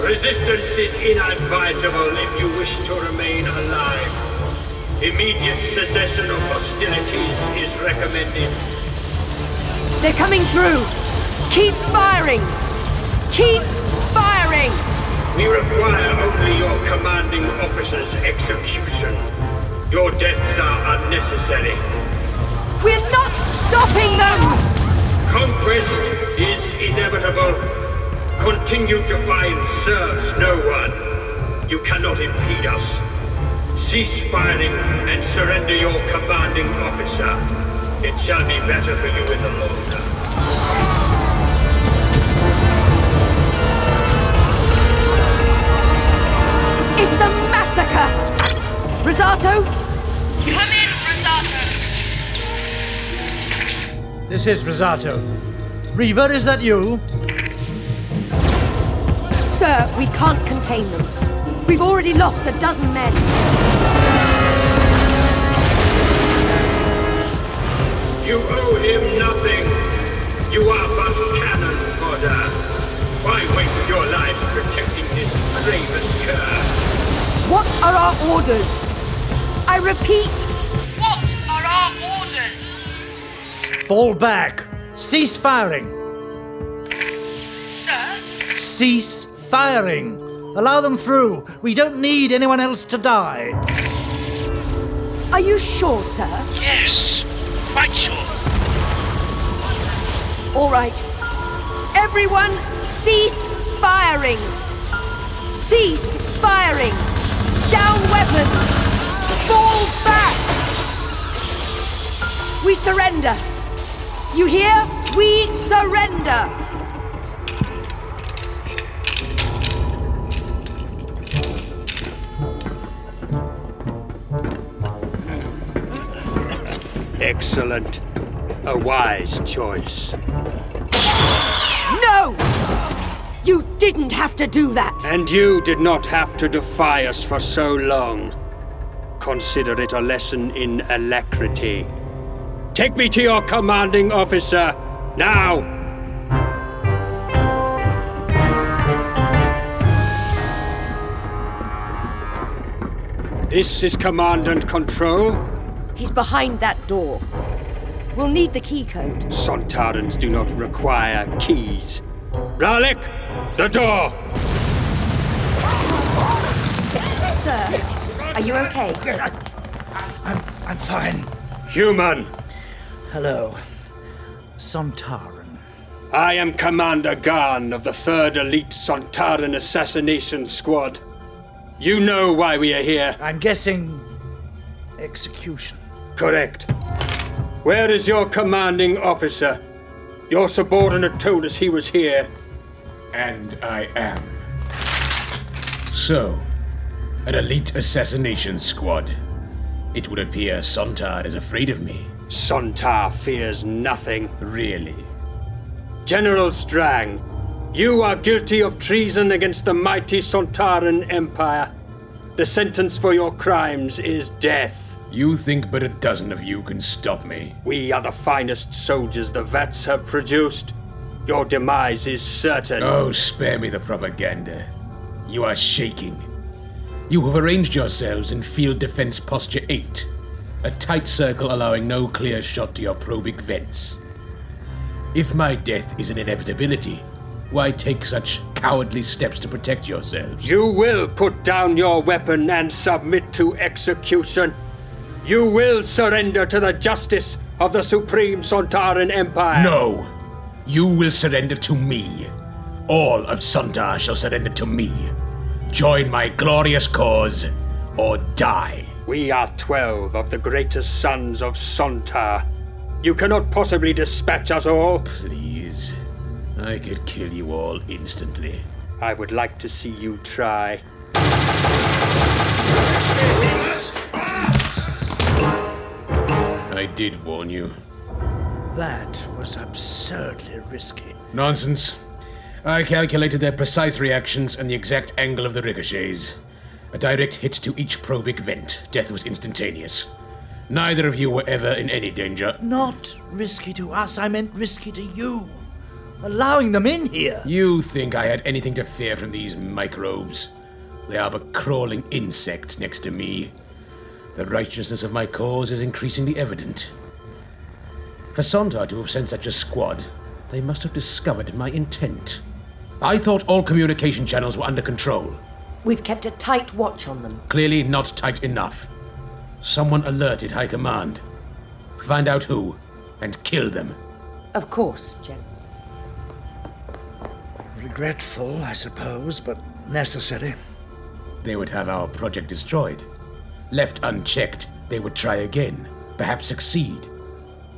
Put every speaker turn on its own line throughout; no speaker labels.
Resistance is inadvisable if you wish to remain alive. Immediate cessation of hostilities is recommended.
They're coming through! Keep firing! Keep firing!
We require only your commanding officer's execution. Your deaths are unnecessary.
We're not stopping them!
Conquest is inevitable. Continue to find serves no one. You cannot impede us. Cease firing and surrender your commanding officer. It shall be better for you in the long run.
It's a massacre! Rosato,
Come in, Rosato.
This is Rosato. Reaver, is that you?
sir, we can't contain them. We've already lost a dozen men.
You owe him nothing. You are but cannon fodder. Why waste your life protecting this raven cur?
What are our orders? I repeat,
What are our orders?
Fall back! Cease firing!
Sir,
Cease firing! Allow them through! We don't need anyone else to die!
are you sure, sir?
Yes, quite sure.
All right. Everyone, cease firing! Cease firing! Down weapons! Fall back! We surrender! You hear? We surrender!
Excellent. A wise choice.
No! You didn't have to do that!
And you did not have to defy us for so long. Consider it a lesson in alacrity. Take me to your commanding officer, now! This is command and control.
He's behind that door. We'll need the key code.
Sontarans do not require keys. Ralik, the door!
Sir, are you okay?
I'm fine.
Human,
Hello. Sontaran.
I am Commander Garn of the 3rd Elite Sontaran Assassination Squad. You know why we are here,
I'm guessing. execution.
correct? Where is your commanding officer? Your subordinate told us he was here.
And I am. So, an elite assassination squad. It would appear Sontard is afraid of me.
Sontar fears nothing.
Really?
General Strang, you are guilty of treason against the mighty Sontaran Empire. The sentence for your crimes is death.
You think but a dozen of you can stop me?
We are the finest soldiers the Vats have produced. Your demise is certain.
Oh, spare me the propaganda. You are shaking. You have arranged yourselves in Field Defense Posture 8, a tight circle allowing no clear shot to your probic vents. If my death is an inevitability, why take such cowardly steps to protect yourselves?
You will put down your weapon and submit to execution. You will surrender to the justice of the Supreme Sontaran Empire.
No! You will surrender to me. All of Sundar shall surrender to me. Join my glorious cause, or die.
We are twelve of the greatest sons of Sontar. You cannot possibly dispatch us all.
Please. I could kill you all instantly.
I would like to see you try.
I did warn you.
That was absurdly risky.
Nonsense. I calculated their precise reactions and the exact angle of the ricochets. A direct hit to each probic vent. Death was instantaneous. Neither of you were ever in any danger.
Not risky to us, I meant risky to you. allowing them in here.
You think I had anything to fear from these microbes? They are but crawling insects next to me. The righteousness of my cause is increasingly evident. For Sondar to have sent such a squad, they must have discovered my intent. I thought all communication channels were under control.
We've kept a tight watch on them.
Clearly not tight enough. Someone alerted High Command. Find out who, and kill them.
Of course, General.
Regretful, I suppose, but necessary.
They would have our project destroyed. Left unchecked, they would try again, perhaps succeed.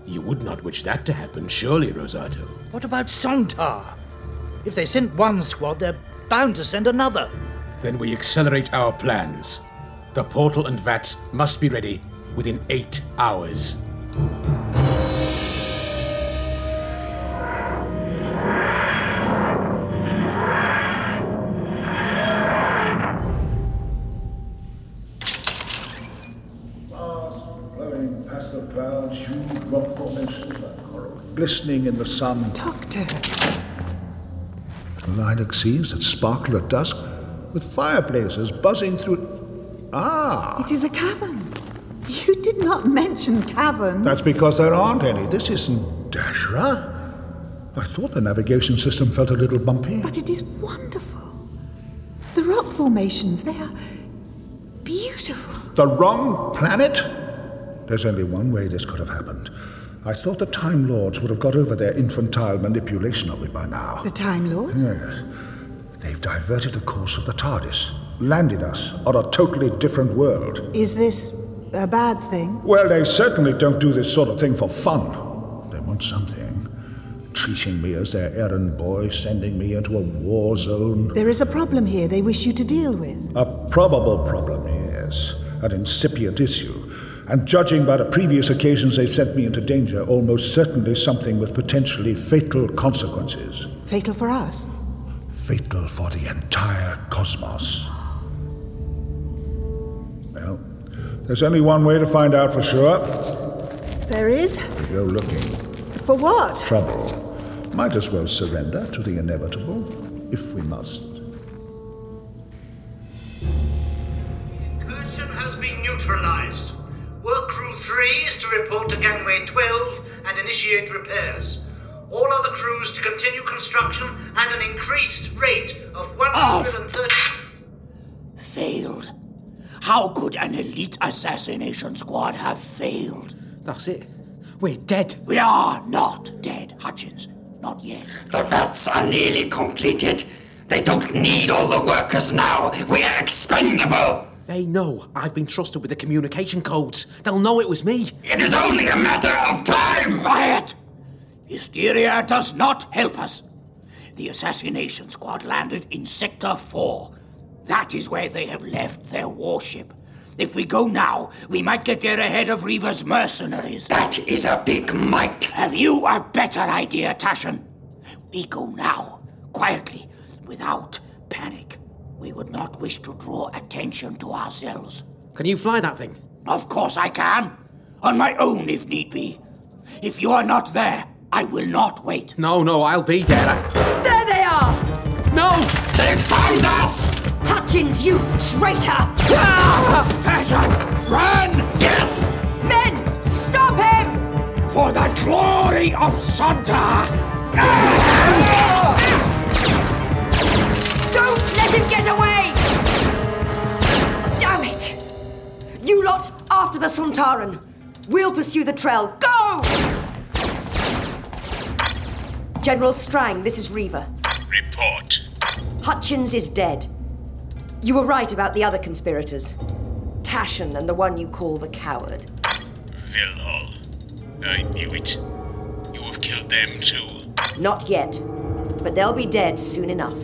You would not wish that to happen, surely, Rosato.
What about Sontar? If they sent one squad, they're bound to send another.
Then we accelerate our plans. The portal and vats must be ready within eight hours.
Stars flowing past the clouds, huge rock formations like coral, glistening in the sun.
Doctor!
Lilac seas that sparkle at dusk, with fireplaces buzzing through. Ah,
It is a cavern. You did not mention caverns.
that's because there aren't any. This isn't Dashra. I thought the navigation system felt a little bumpy.
But it is wonderful. The rock formations, they are beautiful.
The wrong planet? There's only one way this could have happened. I thought the Time Lords would have got over their infantile manipulation of me by now.
The Time Lords?
Yes. They've diverted the course of the TARDIS, landed us on a totally different world.
Is this a bad thing?
Well, they certainly don't do this sort of thing for fun. They want something. Treating me as their errand boy, sending me into a war zone.
There is a problem here they wish you to deal with.
A probable problem, yes. An incipient issue. And judging by the previous occasions they've sent me into danger, almost certainly something with potentially fatal consequences.
Fatal for us.
fatal for the entire cosmos. Well, there's only one way to find out for sure.
There is?
Go looking.
For what?
Trouble. Might as well surrender to the inevitable, if we must.
Incursion has been neutralized. Work crew 3 is to report to gangway 12 and initiate repairs. All other crews to continue construction at an increased rate of 130.
Failed. How could an elite assassination squad have failed?
That's it. We're dead.
We are not dead, Hutchins. Not yet.
The vats are nearly completed. They don't need all the workers now. We're expendable.
They know I've been trusted with the communication codes. They'll know it was me.
It is only a matter of time.
Quiet! Hysteria does not help us. The assassination squad landed in Sector 4. That is where they have left their warship. If we go now, we might get there ahead of Reaver's mercenaries.
That is a big might.
Have you a better idea, Tashan? We go now, quietly, without panic. We would not wish to draw attention to ourselves.
Can you fly that thing?
Of course I can. On my own, if need be. If you are not there, I will not wait.
No, no, I'll be there. I-
There they are!
No!
They found us.
Hutchins, you traitor!
Tashan, run!
Yes.
Men, stop him!
For the glory of Santa!
Don't let him get away! Damn it! You lot after the Suntaran. We'll pursue the trail. Go! General Strang, this is Reaver.
Report.
Hutchins is dead. You were right about the other conspirators. Tashan and the one you call the coward.
Vilhol. I knew it. You have killed them too.
Not yet, but they'll be dead soon enough.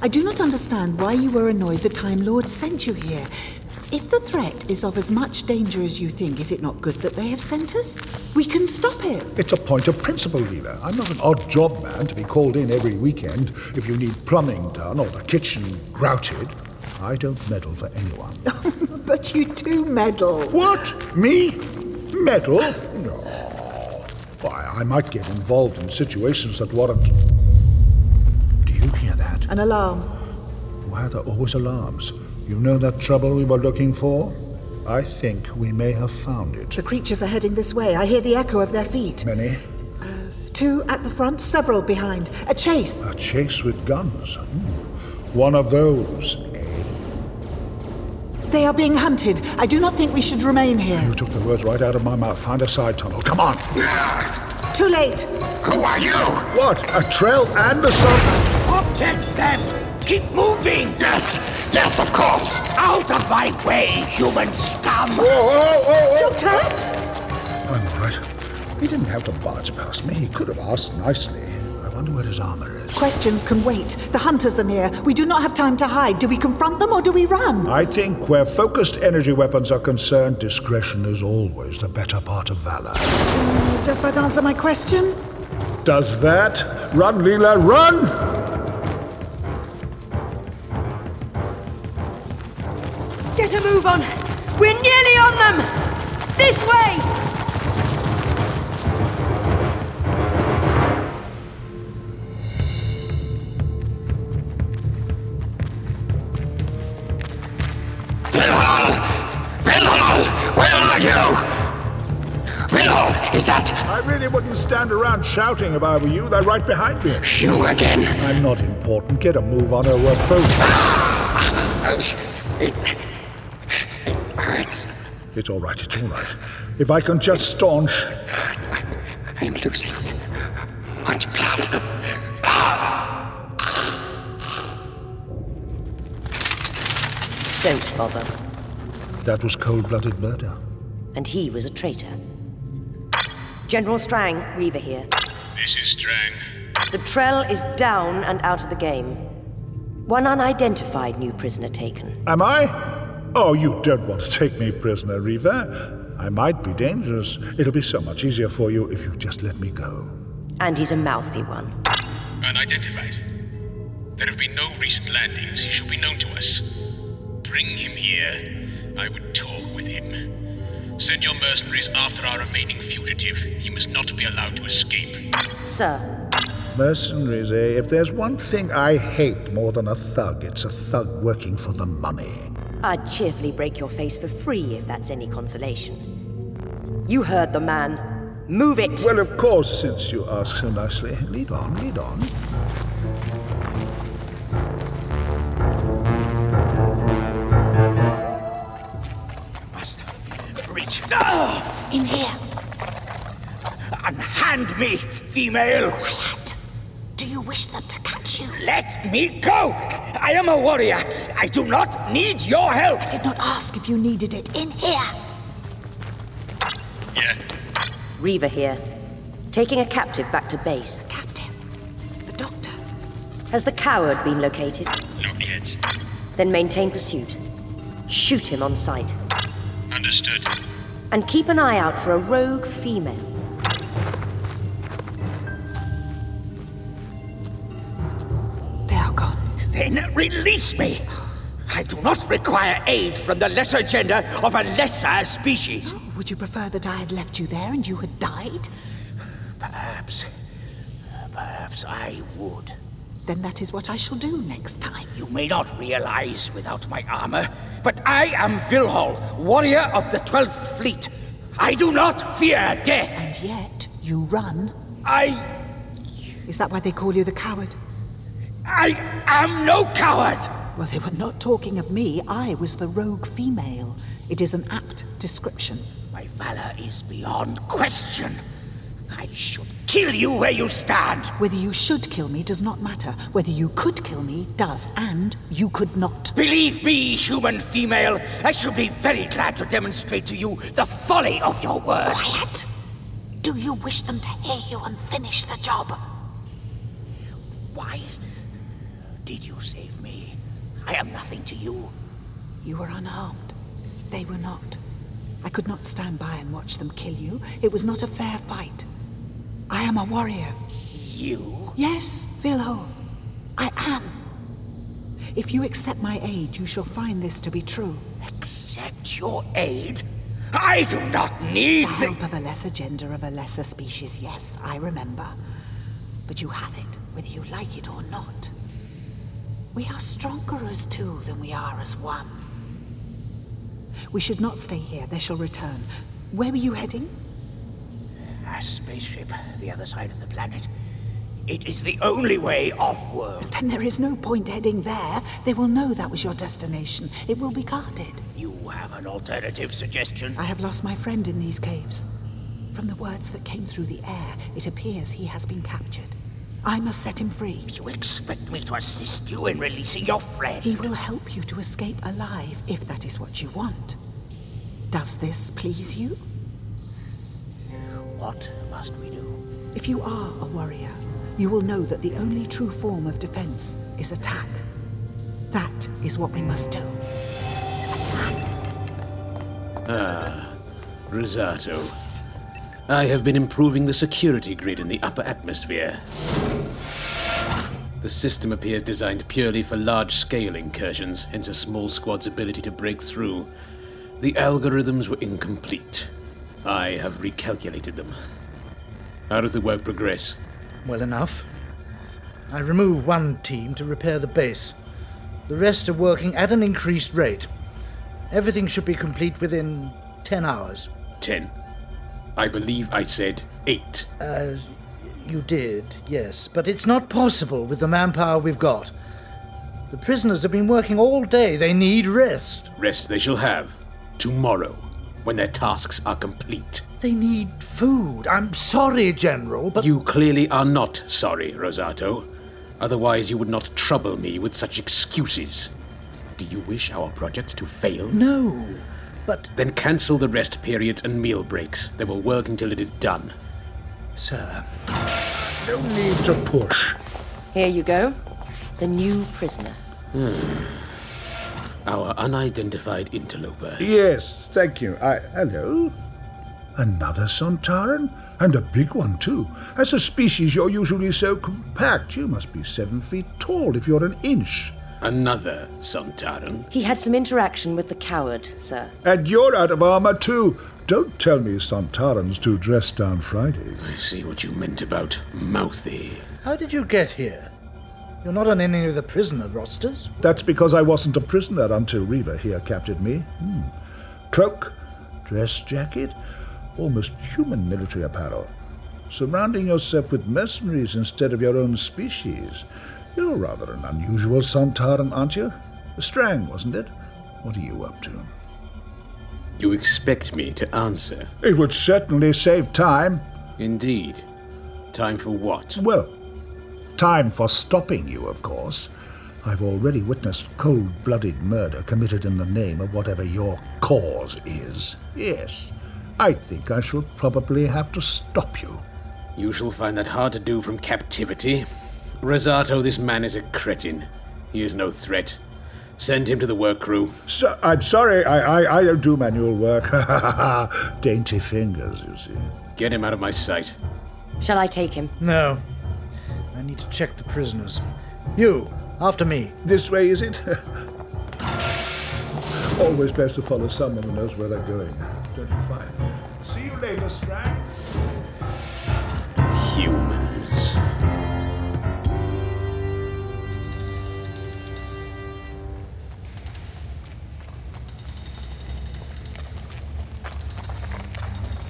I do not understand why you were annoyed the Time Lords sent you here. If the threat is of as much danger as you think, is it not good that they have sent us? We can stop it.
It's a point of principle, Leela. I'm not an odd job man to be called in every weekend if you need plumbing done or the kitchen grouted. I don't meddle for anyone.
But you do meddle.
What? Me? Meddle? No. Why, I might get involved in situations that warrant. Do you hear that?
An alarm.
Why are there always alarms? You know that trouble we were looking for? I think we may have found it.
The creatures are heading this way. I hear the echo of their feet.
Many?
Two at the front, several behind. A chase.
A chase with guns. Hmm. One of those.
They are being hunted. I do not think we should remain here.
You took the words right out of my mouth. Find a side tunnel. Come on.
Too late.
Who are you? What? A Trell Anderson?
Get them! Keep moving! Yes! Yes, of course! Out of my way, human scum!
Doctor?
I'm all right. He didn't have to barge past me. He could have asked nicely. I wonder where his armor is.
Questions can wait. The hunters are near. We do not have time to hide. Do we confront them or do we run?
I think where focused energy weapons are concerned, discretion is always the better part of valor.
Does that answer my question?
Does that? Run, Leela, run!
Get a move on! We're nearly on them! This way!
Vilhal! Vilhal! Where are you? Vilhal, is that
I really wouldn't stand around shouting if I were you. They're right behind me.
you again?
I'm not important. Get a move on or we're both.
It, it hurts.
It's all right. It's all right. If I can just staunch.
I'm losing much blood.
Don't bother.
That was cold blooded murder.
And he was a traitor. General Strang, Reaver here.
This is Strang.
The Trell is down and out of the game. One unidentified new prisoner taken.
Am I? Oh, you don't want to take me prisoner, Reaver. I might be dangerous. It'll be so much easier for you if you just let me go.
And he's a mouthy one.
Unidentified. There have been no recent landings. He should be known to us. Bring him here. I would talk with him. Send your mercenaries after our remaining fugitive. He must not be allowed to escape.
Sir,
Mercenaries, eh? If there's one thing I hate more than a thug, it's a thug working for the money.
I'd cheerfully break your face for free if that's any consolation. You heard the man. Move it!
Well, of course, since you ask so nicely. Lead on, lead on.
Must reach. Ah!
In here.
Unhand me, female!
Quiet. Do you wish them to catch you?
Let me go! I am a warrior. I do not need your help.
I did not ask if you needed it. In here.
Yeah.
Reaver here. Taking a captive back to base.
Captain. The doctor.
Has the coward been located?
Not yet.
Then maintain pursuit. Shoot him on sight.
Understood.
And keep an eye out for a rogue female.
They are gone.
Then release me. I do not require aid from the lesser gender of a lesser species.
Would you prefer that I had left you there and you had died?
Perhaps. Perhaps I would.
Then that is what I shall do next time.
You may not realize without my armor, but I am Vilhol, warrior of the 12th Fleet. I do not fear death.
And yet, you run.
I.
Is that why they call you the coward?
I am no coward.
Well, they were not talking of me. I was the rogue female. It is an apt description.
My valor is beyond question. I should kill you where you stand.
Whether you should kill me does not matter. Whether you could kill me does, and you could not.
Believe me, human female, I should be very glad to demonstrate to you the folly of your words.
Quiet! Do you wish them to hear you and finish the job?
Why did you save me? I am nothing to you.
You were unarmed. They were not. I could not stand by and watch them kill you. It was not a fair fight. I am a warrior.
You?
Yes, Vilho. I am. If you accept my aid, you shall find this to be true.
Accept your aid? I do not
The
need the.
help of a lesser gender of a lesser species, yes, I remember. But you have it, whether you like it or not. We are stronger as two than we are as one. We should not stay here. They shall return. Where were you heading?
A spaceship, the other side of the planet. It is the only way off world.
Then there is no point heading there. They will know that was your destination. It will be guarded.
You have an alternative suggestion?
I have lost my friend in these caves. From the words that came through the air, it appears he has been captured. I must set him free.
You expect me to assist you in releasing your friend?
He will help you to escape alive if that is what you want. Does this please you?
What must we do?
If you are a warrior, you will know that the only true form of defense is attack. That is what we must do.
Ah, Rosato. I have been improving the security grid in the upper atmosphere. The system appears designed purely for large scale incursions, hence a small squad's ability to break through. The algorithms were incomplete. I have recalculated them. How does the work progress?
Well enough. I remove one team to repair the base. The rest are working at an increased rate. Everything should be complete within 10 hours.
Ten. I believe I said eight.
Uh, you did, yes, but it's not possible with the manpower we've got. The prisoners have been working all day. They need rest.
Rest they shall have. Tomorrow, when their tasks are complete.
They need food. I'm sorry, General, but.
You clearly are not sorry, Rosato. Otherwise, you would not trouble me with such excuses. Do you wish our project to fail?
No.
Then cancel the rest periods and meal breaks. They will work until it is done.
Sir.
No need to push.
Here you go. The new prisoner.
Hmm. Our unidentified interloper.
Yes, thank you. I, hello? Another Sontaran? And a big one, too. As a species, you're usually so compact. You must be seven feet tall if you're an inch.
Another Sontaran.
He had some interaction with the coward, sir.
And you're out of armor, too. Don't tell me Sontarans do dress down Fridays.
I see what you meant about mouthy.
How did you get here? You're not on any of the prisoner rosters.
That's because I wasn't a prisoner until Reva here captured me. Hmm. Cloak, dress jacket, almost human military apparel. Surrounding yourself with mercenaries instead of your own species. You're rather an unusual Santaran, aren't you? Strang, wasn't it? What are you up to?
You expect me to answer?
It would certainly save time.
Indeed. Time for what?
Well, time for stopping you, of course. I've already witnessed cold blooded murder committed in the name of whatever your cause is. Yes, I think I shall probably have to stop you.
You shall find that hard to do from captivity. Rosato, this man is a cretin. He is no threat. Send him to the work crew.
So, I'm sorry, I, I, I don't do manual work. Dainty fingers, you see.
Get him out of my sight.
Shall I take him?
No. I need to check the prisoners. You, after me.
This way, is it? Always best to follow someone who knows where they're going. Don't you find? See you later, Strang.
Humans.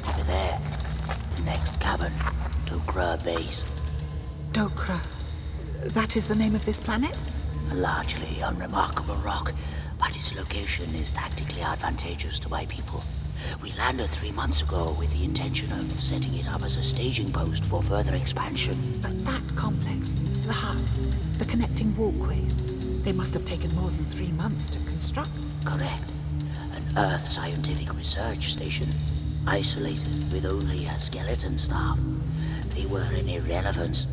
Over there. The next cavern. Dokra base.
Dokra. That is the name of this planet?
A largely unremarkable rock, but its location is tactically advantageous to my people. We landed three months ago with the intention of setting it up as a staging post for further expansion.
But that complex, the huts, the connecting walkways, they must have taken more than three months to construct.
Correct. An Earth scientific research station, isolated with only a skeleton staff. They were an irrelevance.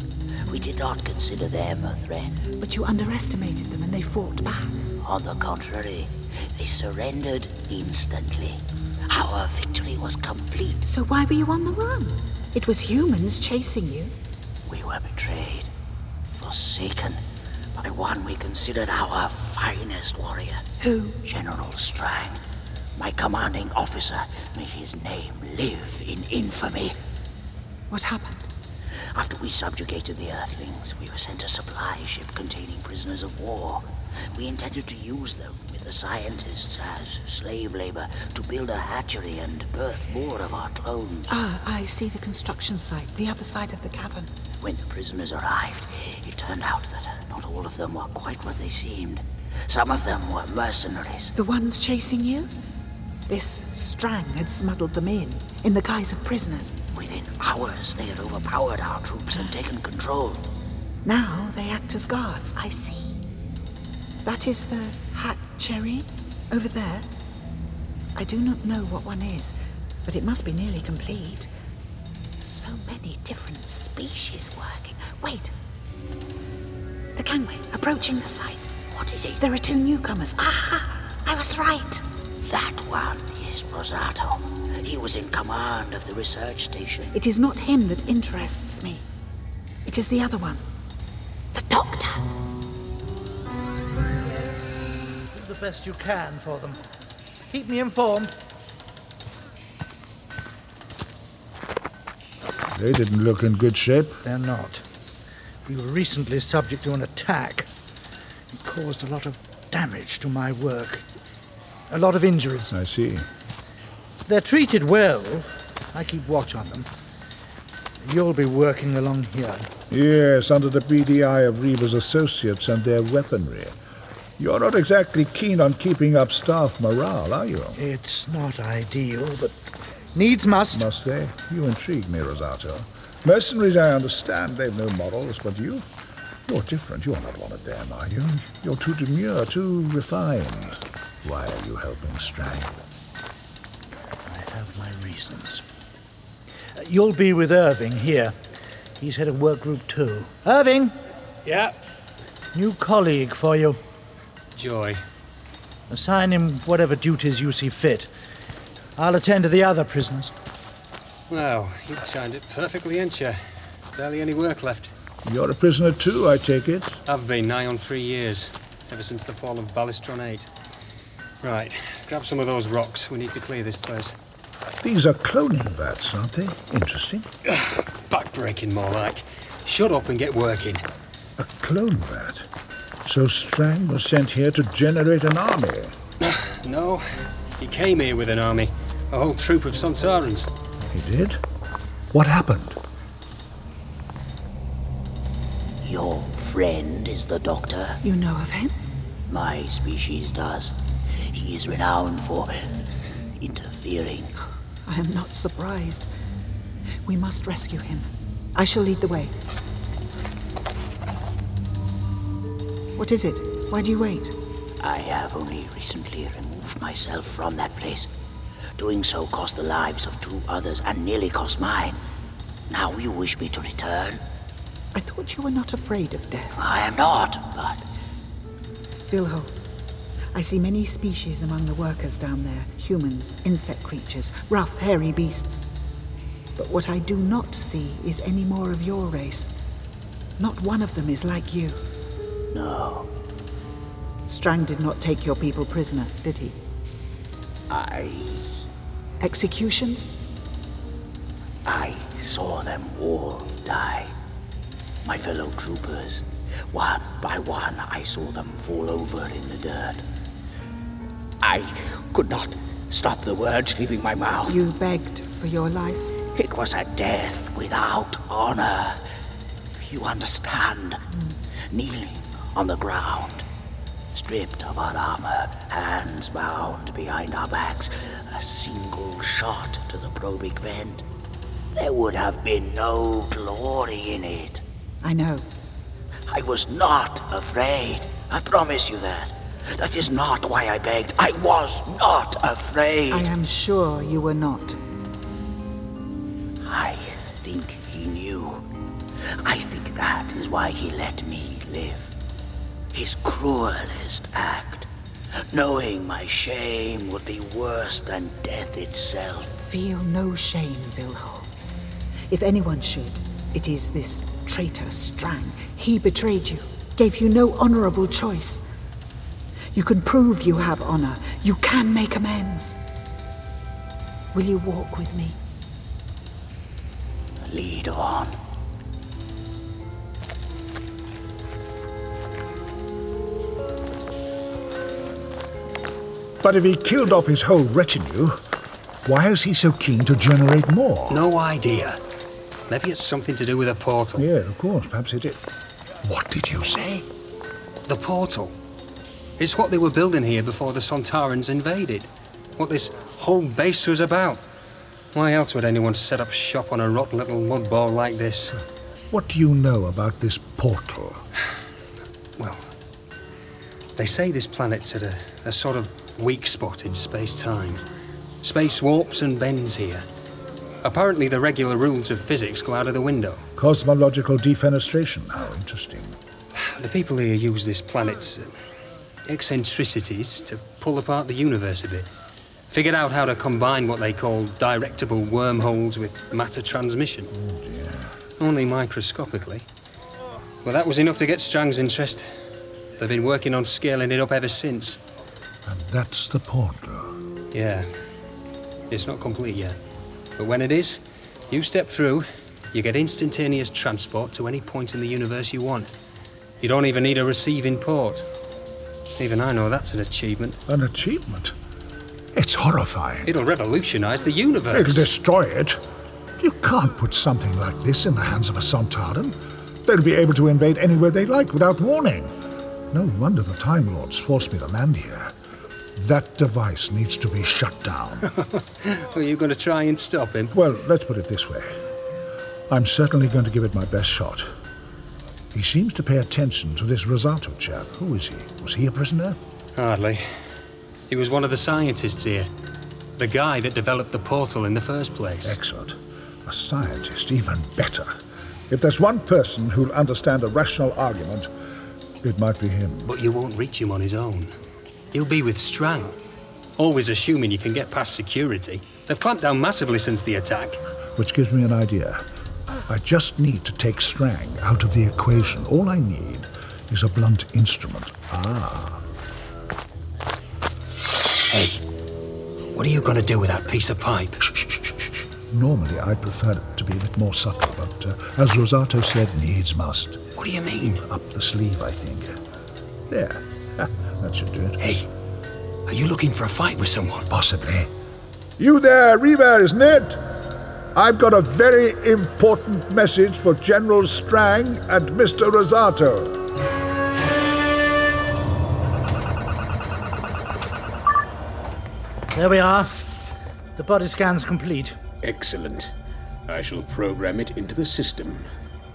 We did not consider them a threat.
But you underestimated them and they fought back.
On the contrary, they surrendered instantly. Our victory was complete.
So why were you on the run? It was humans chasing you.
We were betrayed, forsaken by one we considered our finest warrior,
Who?
General Strang.
my commanding officer. May his name live in infamy.
What happened?
After we subjugated the Earthlings, we were sent a supply ship containing prisoners of war. We intended to use them with the scientists as slave labor to build a hatchery and birth more of our clones.
Ah, I see the construction site, the other side of the cavern.
When the prisoners arrived, it turned out that not all of them were quite what they seemed. Some of them were mercenaries.
The ones chasing you? This Strang had smuggled them in, in the guise of prisoners.
Within hours, they had overpowered our troops and taken control.
Now they act as guards, I see. That is the hatchery over there. I do not know what one is, but it must be nearly complete. So many different species working. Wait! The gangway approaching the site.
What is it?
There are two newcomers. Aha! Ah, I was right!
That one is Rosato. He was in command of the research station.
It is not him that interests me. It is the other one. The doctor.
Do the best you can for them. Keep me informed.
They didn't look in good shape.
They're not. We were recently subject to an attack. It caused a lot of damage to my work, a lot of injuries.
I see.
They're treated well. I keep watch on them. You'll be working along here.
Yes, under the BDI of Reaver's associates and their weaponry. You're not exactly keen on keeping up staff morale, are you?
It's not ideal, but needs must.
Must they? You intrigue me, Rosato. Mercenaries, I understand, they've no morals, but you? You're different. You're not one of them, are you? You're too demure, too refined. Why are you helping Strang?
I have my reasons. Uh, You'll be with Irving here. He's head of work group two. Irving!
Yeah?
New colleague for you.
Joy.
Assign him whatever duties you see fit. I'll attend to the other prisoners.
Well, you timed it perfectly, ain't you? Barely any work left.
You're a prisoner too, I take it.
I've been nigh on three years, ever since the fall of Ballistron 8. Right, grab some of those rocks. We need to clear this place.
These are cloning vats, aren't they? Interesting.
Backbreaking, more like. Shut up and get working.
A clone vat. So Strang was sent here to generate an army.
No, he came here with an army, a whole troop of Santarans.
He did? What happened?
Your friend is the doctor.
You know of him?
My species does. He is renowned for interfering.
I am not surprised. We must rescue him. I shall lead the way. What is it? Why do you wait?
I have only recently removed myself from that place. Doing so cost the lives of two others and nearly cost mine. Now you wish me to return?
I thought you were not afraid of death.
I am not, but
Vilho, I see many species among the workers down there humans, insect creatures, rough, hairy beasts. But what I do not see is any more of your race. Not one of them is like you.
no.
Strang did not take your people prisoner, did he?
I.
Executions?
I saw them all die. My fellow troopers. One by one, I saw them fall over in the dirt. I could not stop the words leaving my mouth.
You begged for your life.
It was a death without honor. You understand? Kneeling on the ground, stripped of our armor, hands bound behind our backs, a single shot to the probic vent. There would have been no glory in it.
I know.
I was not afraid. I promise you that. That is not why I begged. I was not afraid.
I am sure you were not.
I think he knew. I think that is why he let me live. His cruelest act. Knowing my shame would be worse than death itself.
Feel no shame, Vilho. If anyone should, it is this traitor Strang. He betrayed you, gave you no honorable choice. You can prove you have honor. You can make amends. Will you walk with me?
Lead on.
But if he killed off his whole retinue, why is he so keen to generate more?
No idea. Maybe it's something to do with a portal.
Yeah, of course, perhaps it is.
What did you say? The portal. It's what they were building here before the Sontarans invaded. What this whole base was about. Why else would anyone set up shop on a rotten little mud ball like this?
What do you know about this portal?
Well, they say this planet's at a, a sort of weak spot in space time. Space warps and bends here. Apparently, the regular rules of physics go out of the window.
Cosmological defenestration. How interesting.
The people here use this planet's uh, eccentricities to pull apart the universe a bit. Figured out how to combine what they call directable wormholes with matter transmission. Only microscopically. Well, that was enough to get Strang's interest. They've been working on scaling it up ever since.
And that's the portal.
Yeah. It's not complete yet. But when it is, you step through, you get instantaneous transport to any point in the universe you want. You don't even need a receiving port. Even I know that's an achievement.
An achievement? It's horrifying.
It'll revolutionize the universe.
It'll destroy it. You can't put something like this in the hands of a Sontaran. They'll be able to invade anywhere they like without warning. No wonder the Time Lords forced me to land here. That device needs to be shut down.
Are you going to try and stop him?
Well, let's put it this way. I'm certainly going to give it my best shot. He seems to pay attention to this Rosato chap. Who is he? Was he a prisoner?
Hardly. He was one of the scientists here. The guy that developed the portal in the first place.
Excellent. A scientist, even better. If there's one person who'll understand a rational argument, it might be him.
But you won't reach him on his own. He'll be with Strang. Always assuming you can get past security. They've clamped down massively since the attack.
Which gives me an idea. I just need to take Strang out of the equation. All I need is a blunt instrument. Ah.
Hey, what are you going to do with that piece of pipe?
Normally, I'd prefer it to be a bit more subtle, but uh, as Rosato said, needs must.
What do you mean?
Up the sleeve, I think. There. that should do it.
Hey, are you looking for a fight with someone?
Possibly. You there, Reaver, isn't it? I've got a very important message for General Strang and Mr. Rosato.
There we are. The body scan's complete.
Excellent. I shall program it into the system.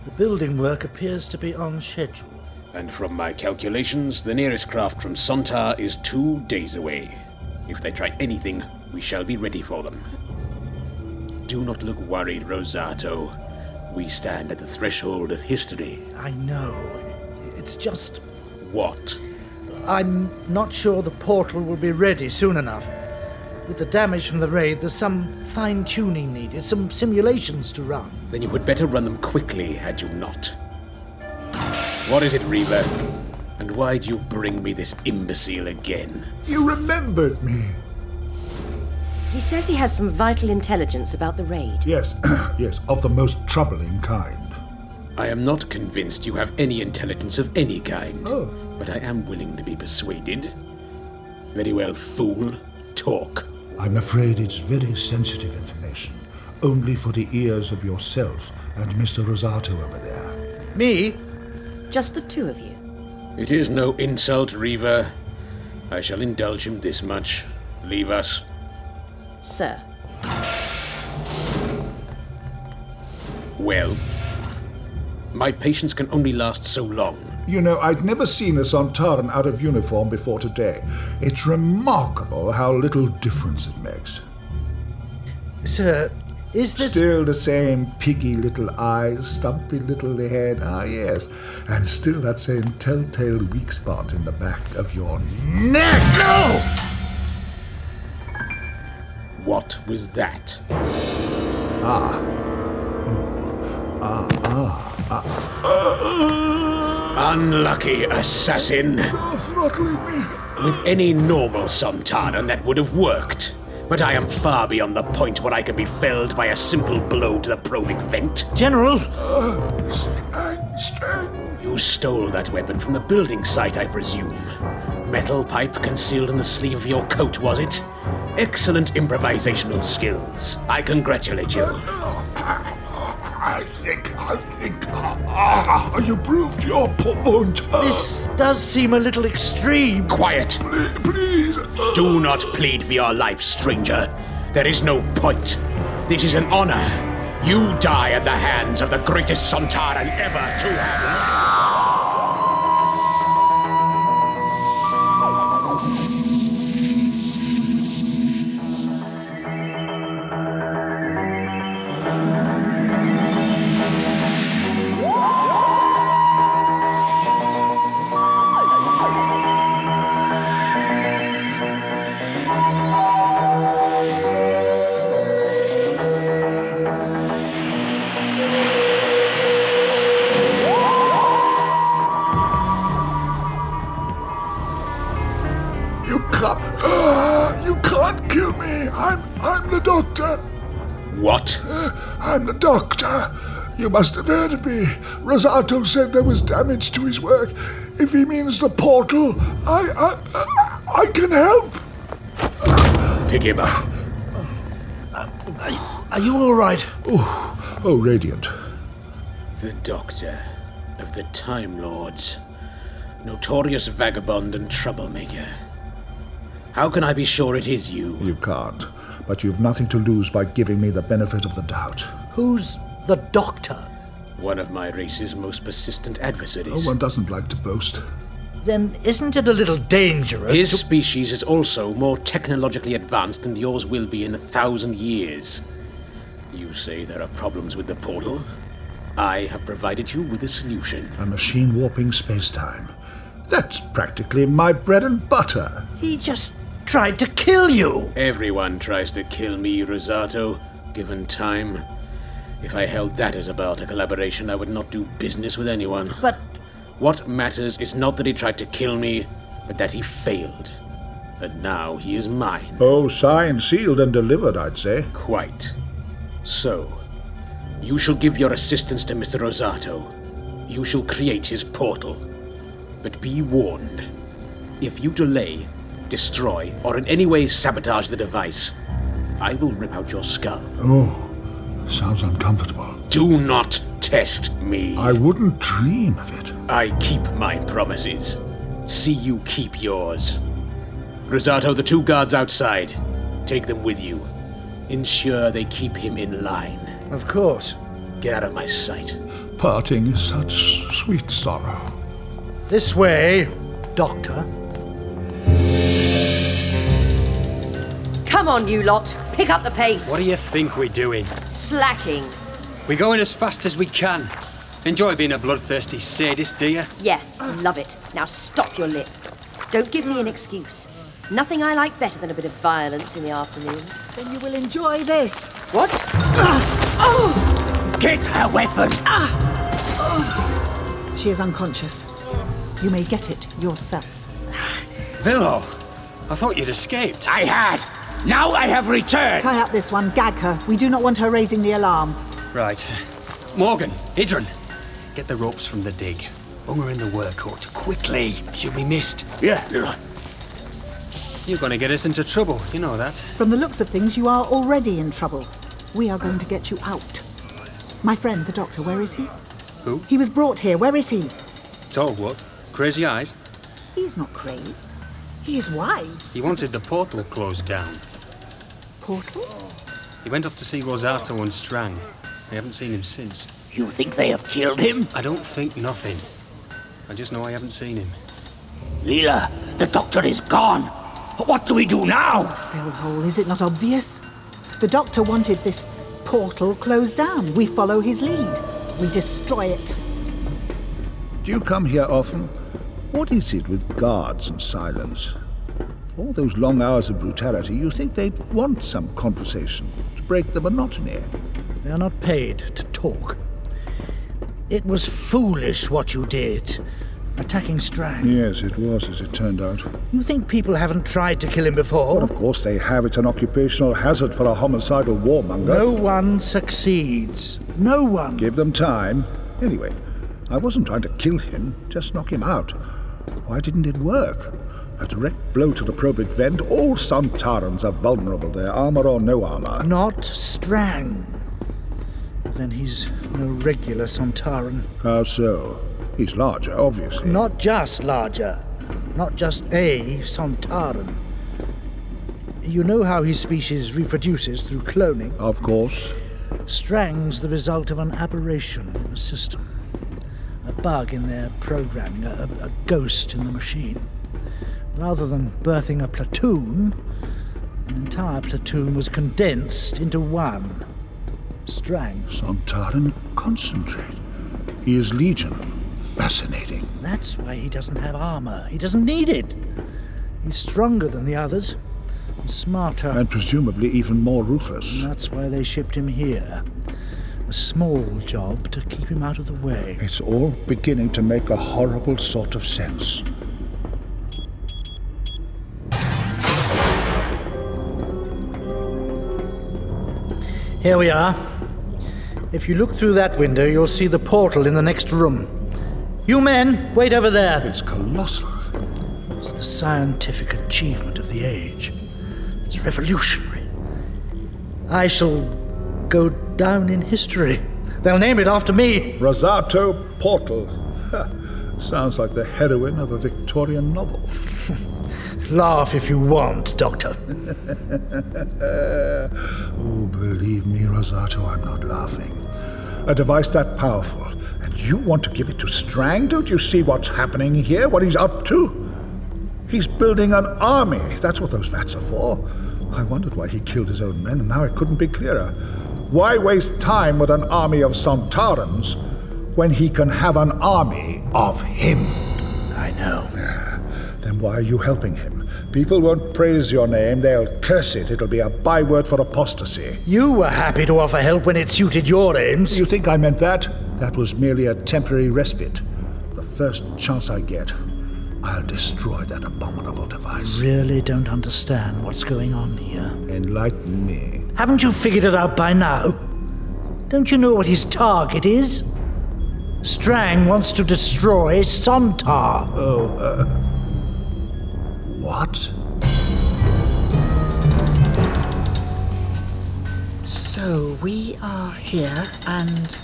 The building work appears to be on schedule.
And from my calculations, the nearest craft from Sontar is two days away. If they try anything, we shall be ready for them. Do not look worried, Rosato. We stand at the threshold of history.
I know. It's just.
What?
I'm not sure the portal will be ready soon enough. With the damage from the raid, there's some fine tuning needed, some simulations to run.
Then you had better run them quickly, had you not. What is it, Reaver? And why do you bring me this imbecile again?
You remembered me.
He says he has some vital intelligence about the raid.
Yes, yes, of the most troubling kind.
I am not convinced you have any intelligence of any kind.
Oh.
But I am willing to be persuaded. Very well, fool. Talk.
I'm afraid it's very sensitive information, only for the ears of yourself and Mr. Rosato over there.
Me?
Just the two of you.
It is no insult, Reaver. I shall indulge him this much. Leave us.
Sir,
Well, my patience can only last so long.
You know, I'd never seen a Sontaran out of uniform before today. It's remarkable how little difference it makes.
Sir, is this.
Still the same piggy little eyes, stumpy little head, ah yes, and still that same telltale weak spot in the back of your neck. No!
What was that?
Ah. Oh. Ah, ah, ah.
Unlucky assassin!
You're throttling me.
With any normal Sontaran, that would have worked. But I am far beyond the point where I can be felled by a simple blow to the probing vent.
General!
Uh,
You stole that weapon from the building site, I presume. Metal pipe concealed in the sleeve of your coat, was it? Excellent improvisational skills. I congratulate you.
I think, I think, ah, you proved your point.
This does seem a little extreme.
Quiet!
Please,
Do not plead for your life, stranger. There is no point. This is an honor. You die at the hands of the greatest Sontaran ever to have
you can't, ah, you can't kill me. I'm, I'm the doctor.
What?
I'm the doctor. You must have heard of me. Rosato said there was damage to his work. If he means the portal, I, I, I can help.
Pick him up.
Are you all right?
Oh, oh, Radiant.
The Doctor of the Time Lords. Notorious vagabond and troublemaker. How can I be sure it is you?
You can't. But you've nothing to lose by giving me the benefit of the doubt.
Who's the doctor?
One of my race's most persistent
No
adversaries.
one doesn't like to boast.
Then isn't it a little dangerous?
His
to-
species is also more technologically advanced than yours will be in a thousand years. You say there are problems with the portal? I have provided you with a solution.
A machine warping space time. That's practically my bread and butter.
He just tried to kill you.
Everyone tries to kill me, Rosato, given time. If I held that as a bar to collaboration, I would not do business with anyone.
But
What matters is not that he tried to kill me, but that he failed. And now he is mine.
Oh, signed, sealed, and delivered, I'd say.
Quite. So, you shall give your assistance to Mr. Rosato. You shall create his portal. But be warned if you delay, destroy, or in any way sabotage the device, I will rip out your skull.
Oh, sounds uncomfortable.
Do not test me.
I wouldn't dream of it.
I keep my promises. See you keep yours. Rosato, the two guards outside. Take them with you. Ensure they keep him in line.
Of course.
Get out of my sight.
Parting is such sweet sorrow.
This way, Doctor.
Come on, you lot. Pick up the pace.
What do you think we're doing?
Slacking.
We're going as fast as we can. Enjoy being a bloodthirsty sadist, do you?
Yeah, love it. Now stop your lip. Don't give me an excuse. Nothing I like better than a bit of violence in the afternoon.
Then you will enjoy this.
What? oh!
Get her weapon!
She is unconscious. You may get it yourself.
Villo, I thought you'd escaped.
I had! Now I have returned!
Tie up this one, gag her. We do not want her raising the alarm.
Right. Morgan, Idrin, get the ropes from the dig. Bung her in the workhut, quickly. She'll be missed.
Yeah.
You're going to get us into trouble, you know that.
From the looks of things, you are already in trouble. We are going to get you out. My friend, the doctor, where is he?
Who?
He was brought here. Where is he?
Tall what? Crazy eyes?
He's not crazed. He is wise.
He wanted the portal closed down.
Portal?
He went off to see Rosato and Strang. I haven't seen him since.
You think they have killed him?
I don't think nothing. I just know I haven't seen him.
Leela, the doctor is gone. What do we do now?
Phil Oh, Hole, is it not obvious? The doctor wanted this portal closed down. We follow his lead. We destroy it.
Do you come here often? What is it with guards and silence? All those long hours of brutality, you think they'd want some conversation to break the monotony.
They are not paid to talk. It was foolish what you did. attacking Strang.
Yes, it was, as it turned out.
You think people haven't tried to kill him before?
Of course they have. It's an occupational hazard for a homicidal warmonger.
No one succeeds. No one.
Give them time. Anyway, I wasn't trying to kill him, just knock him out. Why didn't it work? A direct blow to the probic vent. All Santarans are vulnerable there, armor or no armor.
Not Strang. Then he's no regular Santaran.
How so? He's larger, obviously.
Not just larger. Not just a Santaran. You know how his species reproduces through cloning.
Of course.
Strang's the result of an aberration in the system. A bug in their programming, a, a ghost in the machine. Rather than birthing a platoon, an entire platoon was condensed into one. Strang.
Santaran concentrate. He is legion. Fascinating.
That's why he doesn't have armor. He doesn't need it. He's stronger than the others, and smarter.
And presumably even more ruthless.
And that's why they shipped him here. A small job to keep him out of the way.
It's all beginning to make a horrible sort of sense.
Here we are. If you look through that window, you'll see the portal in the next room. You men, wait over there.
It's colossal.
It's the scientific achievement of the age. It's revolutionary. I shall go down in history. They'll name it after me.
Rosato Portal. Sounds like the heroine of a Victorian novel.
Laugh if you want, Doctor.
oh, believe me, Rosato, I'm not laughing. A device that powerful, and you want to give it to Strang? Don't you see what's happening here? What he's up to? He's building an army. That's what those vats are for. I wondered why he killed his own men, and now it couldn't be clearer. Why waste time with an army of Santarans when he can have an army of him?
I know.
Then why are you helping him? People won't praise your name, they'll curse it. It'll be a byword for apostasy.
You were happy to offer help when it suited your aims.
You think I meant that? That was merely a temporary respite. The first chance I get, I'll destroy that abominable device.
Really don't understand what's going on here.
Enlighten me.
Haven't you figured it out by now? Don't you know what his target is? Strang wants to destroy Sontar.
Oh, uh... What?
So we are here and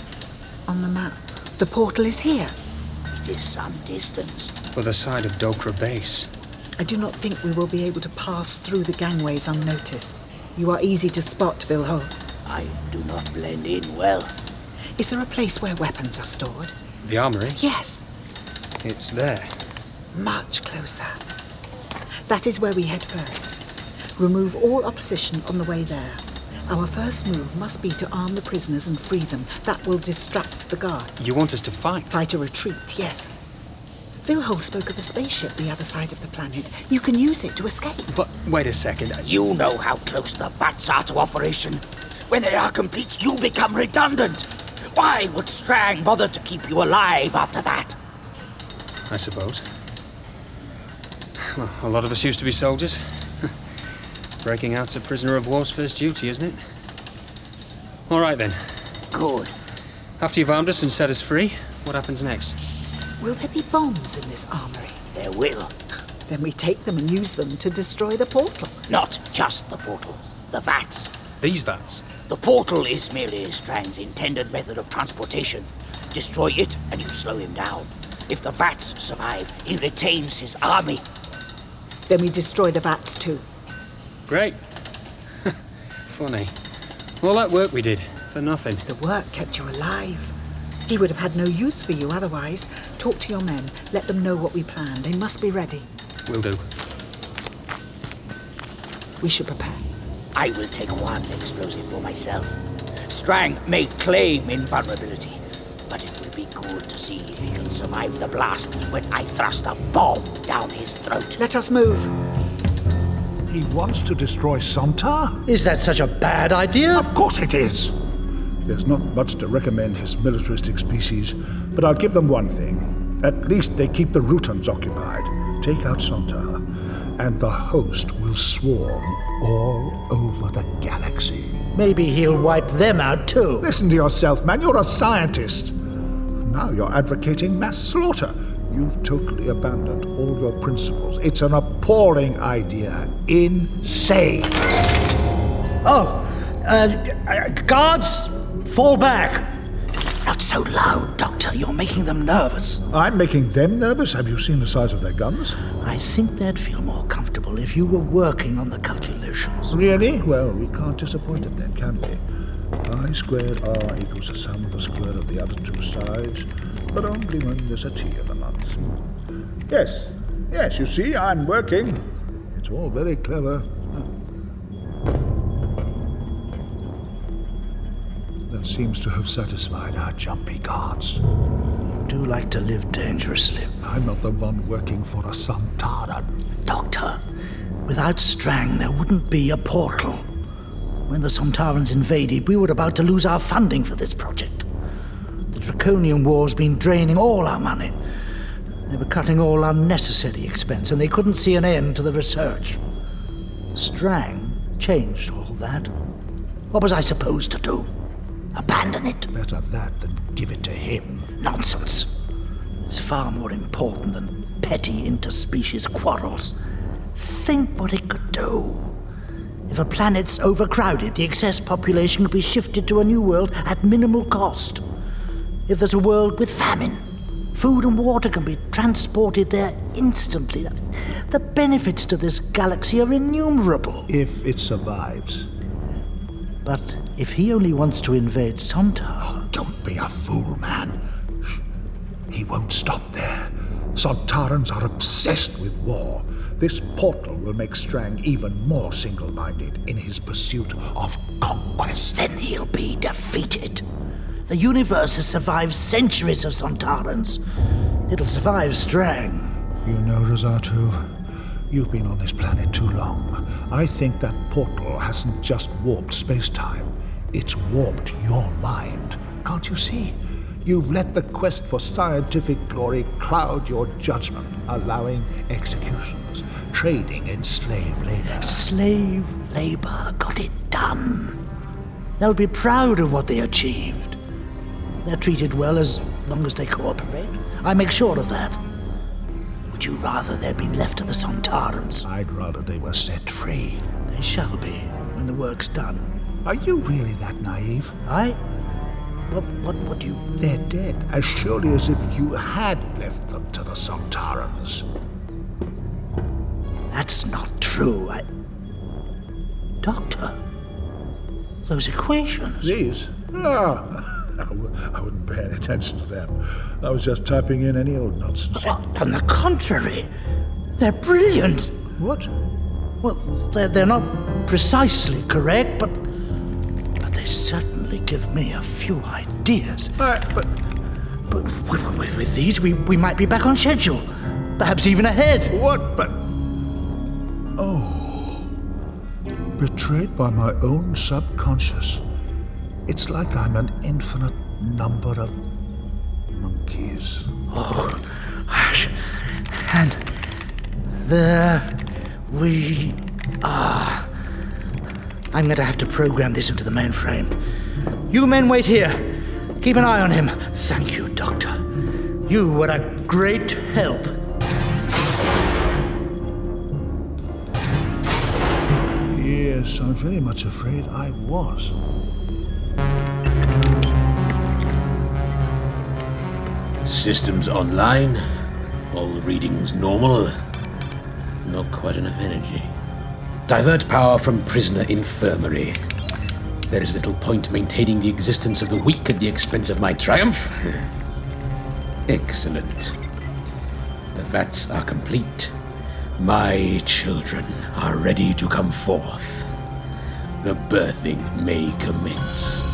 on the map. The portal is here.
It is some distance.
Other side of Dokra Base.
I do not think we will be able to pass through the gangways unnoticed. You are easy to spot, Vilho.
I do not blend in well.
Is there a place where weapons are stored?
The armory?
Yes.
It's there.
Much closer. That is where we head first. Remove all opposition on the way there. Our first move must be to arm the prisoners and free them. That will distract the guards.
You want us to fight?
Fight a retreat, yes. Vilhol spoke of a spaceship the other side of the planet. You can use it to escape.
But wait a second. I...
You know how close the VATs are to operation. When they are complete, you become redundant. Why would Strang bother to keep you alive after that?
I suppose. Well, a lot of us used to be soldiers. Breaking out's a prisoner of war's first duty, isn't it? All right then.
Good.
After you've armed us and set us free, what happens next?
Will there be bombs in this armory?
There will.
Then we take them and use them to destroy the portal.
Not just the portal, the vats.
These vats?
The portal is merely Strang's intended method of transportation. Destroy it and you slow him down. If the vats survive, he retains his army
then we destroy the vats too.
Great. Funny. All that work we did, for nothing.
The work kept you alive. He would have had no use for you otherwise. Talk to your men. Let them know what we plan. They must be ready.
Will do.
We should prepare.
I will take one explosive for myself. Strang may claim invulnerability, but it will be good to see if he can survive the blast when I thrust a bomb down his throat.
Let us move.
He wants to destroy Santar?
Is that such a bad idea?
Of course it is! There's not much to recommend his militaristic species, but I'll give them one thing. At least they keep the Rutans occupied. Take out Sontar, and the host will swarm all over the galaxy.
Maybe he'll wipe them out too.
Listen to yourself, man. You're a scientist. Now you're advocating mass slaughter. You've totally abandoned all your principles. It's an appalling idea. Insane.
Oh, uh, uh, guards, fall back.
Not so loud, Doctor. You're making them nervous.
I'm making them nervous. Have you seen the size of their guns?
I think they'd feel more comfortable if you were working on the calculations.
Really? Well, we can't disappoint them then, can we? I squared R equals the sum of the square of the other two sides, but only when there's a T in the month. Yes, yes, you see, I'm working. It's all very clever. That seems to have satisfied our jumpy guards.
You do like to live dangerously.
I'm not the one working for a Santara.
Doctor, without Strang, there wouldn't be a portal. When the Sontarans invaded, we were about to lose our funding for this project. The Draconian War's been draining all our money. They were cutting all unnecessary expense, and they couldn't see an end to the research. Strang changed all that. What was I supposed to do? Abandon it?
Better that than give it to him.
Nonsense. It's far more important than petty interspecies quarrels. Think what it could do. If a planet's overcrowded, the excess population could be shifted to a new world at minimal cost. If there's a world with famine, food and water can be transported there instantly. The benefits to this galaxy are innumerable.
If it survives.
But if he only wants to invade Sontar. Oh,
don't be a fool, man. Shh. He won't stop there. Sontarans are obsessed with war. This portal will make Strang even more single minded in his pursuit of conquest.
Then he'll be defeated. The universe has survived centuries of Sontarans. It'll survive Strang.
You know, Rosato, You've been on this planet too long. I think that portal hasn't just warped space time, it's warped your mind. Can't you see? You've let the quest for scientific glory cloud your judgment, allowing executions, trading in slave labor.
Slave labor got it done. They'll be proud of what they achieved. They're treated well as long as they cooperate. I make sure of that. Would you rather they'd been left to the Sontarans?
I'd rather they were set free.
They shall be when the work's done.
Are you really that naive?
I. What, what, what do you.
They're dead, as surely as if you had left them to the Sontarans.
That's not true. I. Doctor? Those equations.
These? Ah. I w- I wouldn't pay any attention to them. I was just typing in any old nonsense.
On the contrary, they're brilliant.
What?
Well, they're, they're not precisely correct, but but they certainly give me a few ideas.
But but,
but with, with, with these, we, we might be back on schedule, perhaps even ahead.
What? But oh, betrayed by my own subconscious. It's like I'm an infinite number of monkeys.
Oh, and there we are. I'm going to have to program this into the mainframe. You men wait here. Keep an eye on him. Thank you, Doctor. You were a great help.
Yes, I'm very much afraid I was.
Systems online. All readings normal. Not quite enough energy. Divert power from prisoner infirmary. There is little point maintaining the existence of the weak at the expense of my triumph. Excellent. The vats are complete. My children are ready to come forth. The birthing may commence.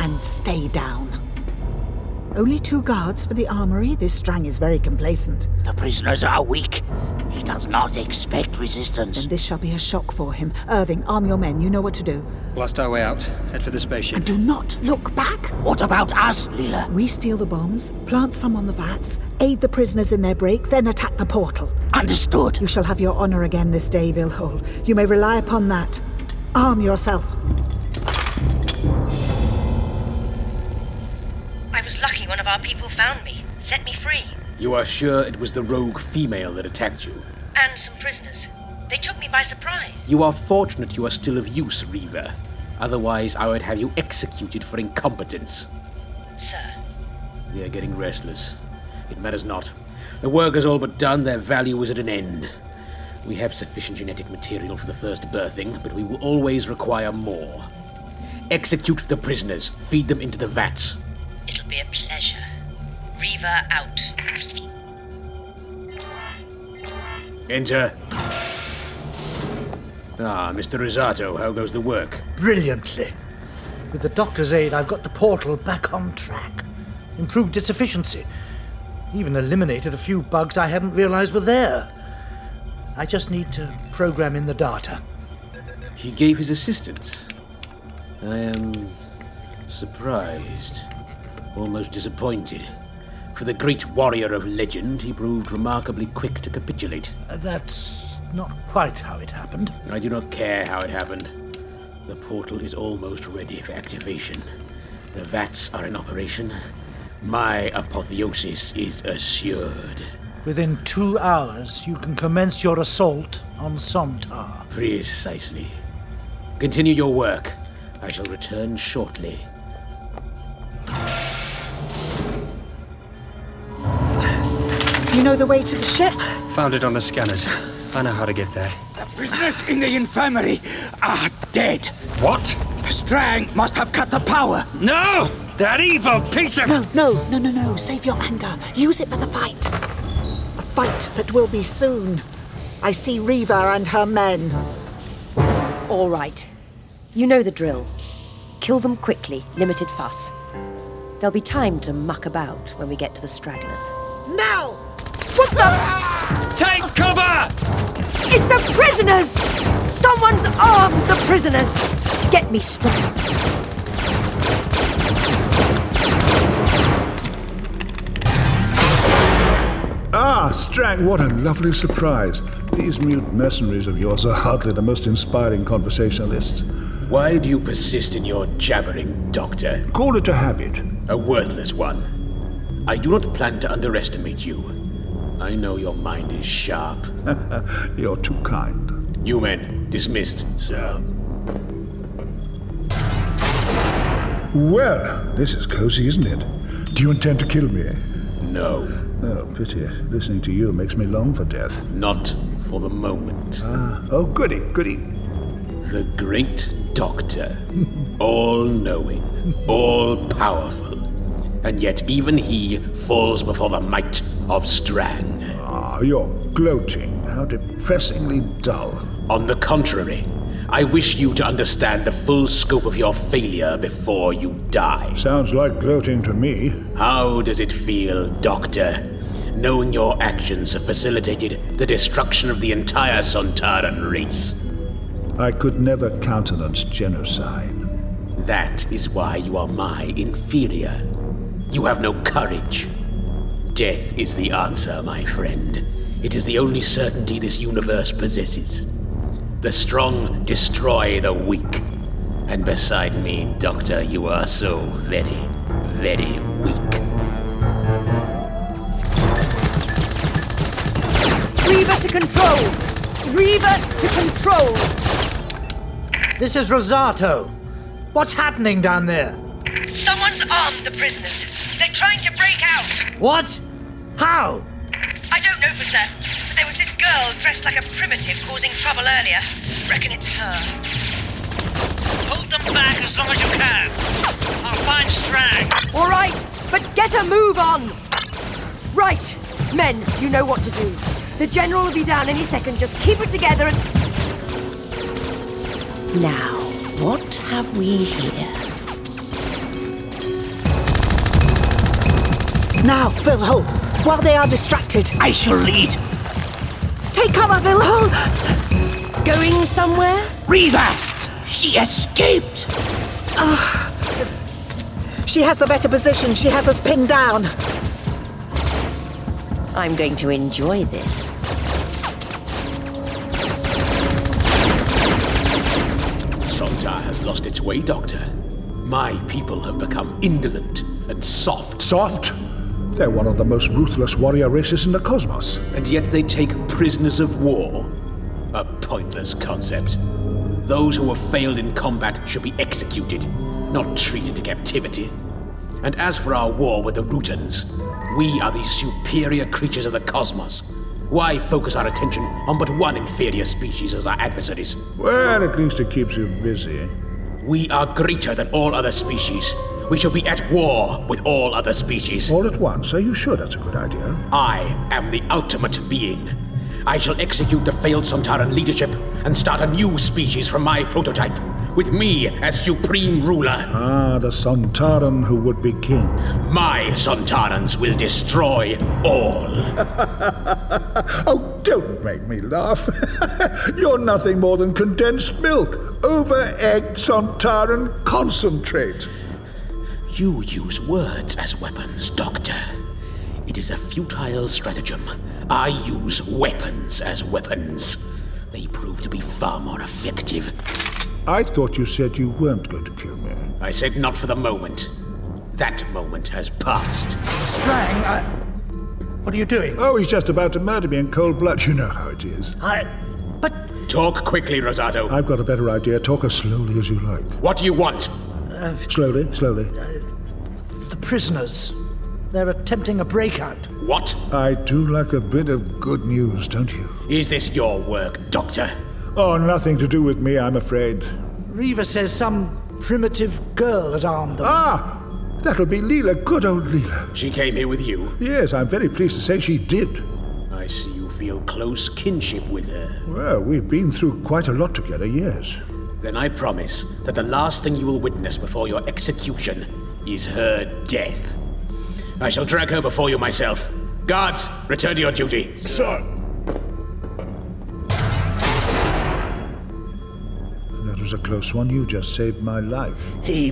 And stay down. Only two guards for the armory? This Strang is very complacent.
The prisoners are weak. He does not expect resistance.
This shall be a shock for him. Irving, arm your men. You know what to do.
Blast our way out. Head for the spaceship.
And do not look back.
What about us, Leela?
We steal the bombs, plant some on the vats, aid the prisoners in their break, then attack the portal.
Understood.
You shall have your honor again this day, Vilhol. You may rely upon that. Arm yourself.
I was lucky one of our people found me, set me free,
You are sure it was the rogue female that attacked you?
and some prisoners. They took me by surprise.
You are fortunate you are still of use, Reaver. Otherwise, I would have you executed for incompetence.
Sir,
They are getting restless. It matters not. The work is all but done, their value is at an end. We have sufficient genetic material for the first birthing, but we will always require more. Execute the prisoners, feed them into the vats.
it'll be a pleasure. Reaver out.
Enter. Ah, Mr. Rosato, how goes the work?
Brilliantly. With the doctor's aid, I've got the portal back on track, improved its efficiency, even eliminated a few bugs I hadn't realized were there. I just need to program in the data.
He gave his assistance. I am surprised, almost disappointed. For the great warrior of legend, he proved remarkably quick to capitulate.
Uh, That's not quite how it happened.
I do not care how it happened. The portal is almost ready for activation. The vats are in operation. My apotheosis is assured.
Within two hours, you can commence your assault on Somtar.
Precisely. Continue your work. I shall return shortly.
You know the way to the ship?
Found it on the scanners. I know how to get there.
Prisoners in the infirmary are dead.
What?
Strang must have cut the power.
No! That evil piece of.
No, no, no, no, no. Save your anger. Use it for the fight. A fight that will be soon. I see Reaver and her men.
All right. You know the drill. Kill them quickly, limited fuss. There'll be time to muck about when we get to the stragglers.
Now! What the?
Take cover!
It's the prisoners! Someone's armed the prisoners! Get me strong.
Ah, Strang, what a lovely surprise. These mute mercenaries of yours are hardly the most inspiring conversationalists.
Why do you persist in your jabbering, Doctor?
Call it a habit.
A worthless one. I do not plan to underestimate you. I know your mind is sharp.
You're too kind.
You men, dismissed. Sir.
Well, this is cozy, isn't it? Do you intend to kill me?
No,
Oh, pity. Listening to you makes me long for death.
not for the moment.
Ah, oh, goody, goody.
The great doctor. all knowing, all powerful. And yet, even he falls before the might of Strang.
Ah, you're gloating. How depressingly dull.
On the contrary, I wish you to understand the full scope of your failure before you die.
Sounds like gloating to me.
How does it feel, Doctor? Knowing your actions have facilitated the destruction of the entire Sontaran race.
I could never countenance genocide.
That is why you are my inferior. You have no courage. Death is the answer, my friend. It is the only certainty this universe possesses. The strong destroy the weak. And beside me, Doctor, you are so very, very weak.
Reaver to control! Reaver to control!
This is Rosato. What's happening down there?
Someone's armed the prisoners. They're trying to break out.
What? How?
I don't know for certain, but there was this girl dressed like a primitive causing trouble earlier. Reckon it's her. Hold them back as long as you can. I'll find Strang.
All right, but get a move on! Right, men, you know what to do. The general will be down any second. Just keep it together and. Now, what have we here?
Now, Vilhol, while they are distracted.
I shall lead.
Take cover, Vilhol!
Going somewhere?
Riva! She escaped!
Ah, she has the better position. She has us pinned down.
I'm going to enjoy this.
Soltar has lost its way, Doctor. My people have become indolent and soft.
Soft? They're one of the most ruthless warrior races in the cosmos.
And yet they take prisoners of war. A pointless concept. Those who have failed in combat should be executed, not treated to captivity. And as for our war with the Rutans, we are the superior creatures of the cosmos. Why focus our attention on but one inferior species as our adversaries?
Well, at least it keeps you busy.
We are greater than all other species. We shall be at war with all other species.
All at once? Are you sure that's a good idea?
I am the ultimate being. I shall execute the failed Sontaran leadership and start a new species from my prototype, with me as supreme ruler.
Ah, the Sontaran who would be king.
My Sontarans will destroy all.
Oh, don't make me laugh. You're nothing more than condensed milk, over-egged Sontaran concentrate.
You use words as weapons, Doctor. It is a futile stratagem. I use weapons as weapons. They prove to be far more effective.
I thought you said you weren't going to kill me.
I said not for the moment. That moment has passed.
Strang, I... what are you doing?
Oh, he's just about to murder me in cold blood. You know how it is.
I.
Talk quickly, Rosato.
I've got a better idea. Talk as slowly as you like.
What do you want?
Slowly, slowly.
Uh, The prisoners. They're attempting a breakout.
What?
I do like a bit of good news, don't you?
Is this your work, Doctor?
Oh, nothing to do with me, I'm afraid.
Reva says some primitive girl had armed them.
Ah! That'll be Leela, good old Leela.
She came here with you.
Yes, I'm very pleased to say she did.
I see you feel close kinship with her.
Well, we've been through quite a lot together, yes.
Then I promise that the last thing you will witness before your execution is her death. I shall drag her before you myself. Guards, return to your duty.
Sir! That was a close one. You just saved my life.
He.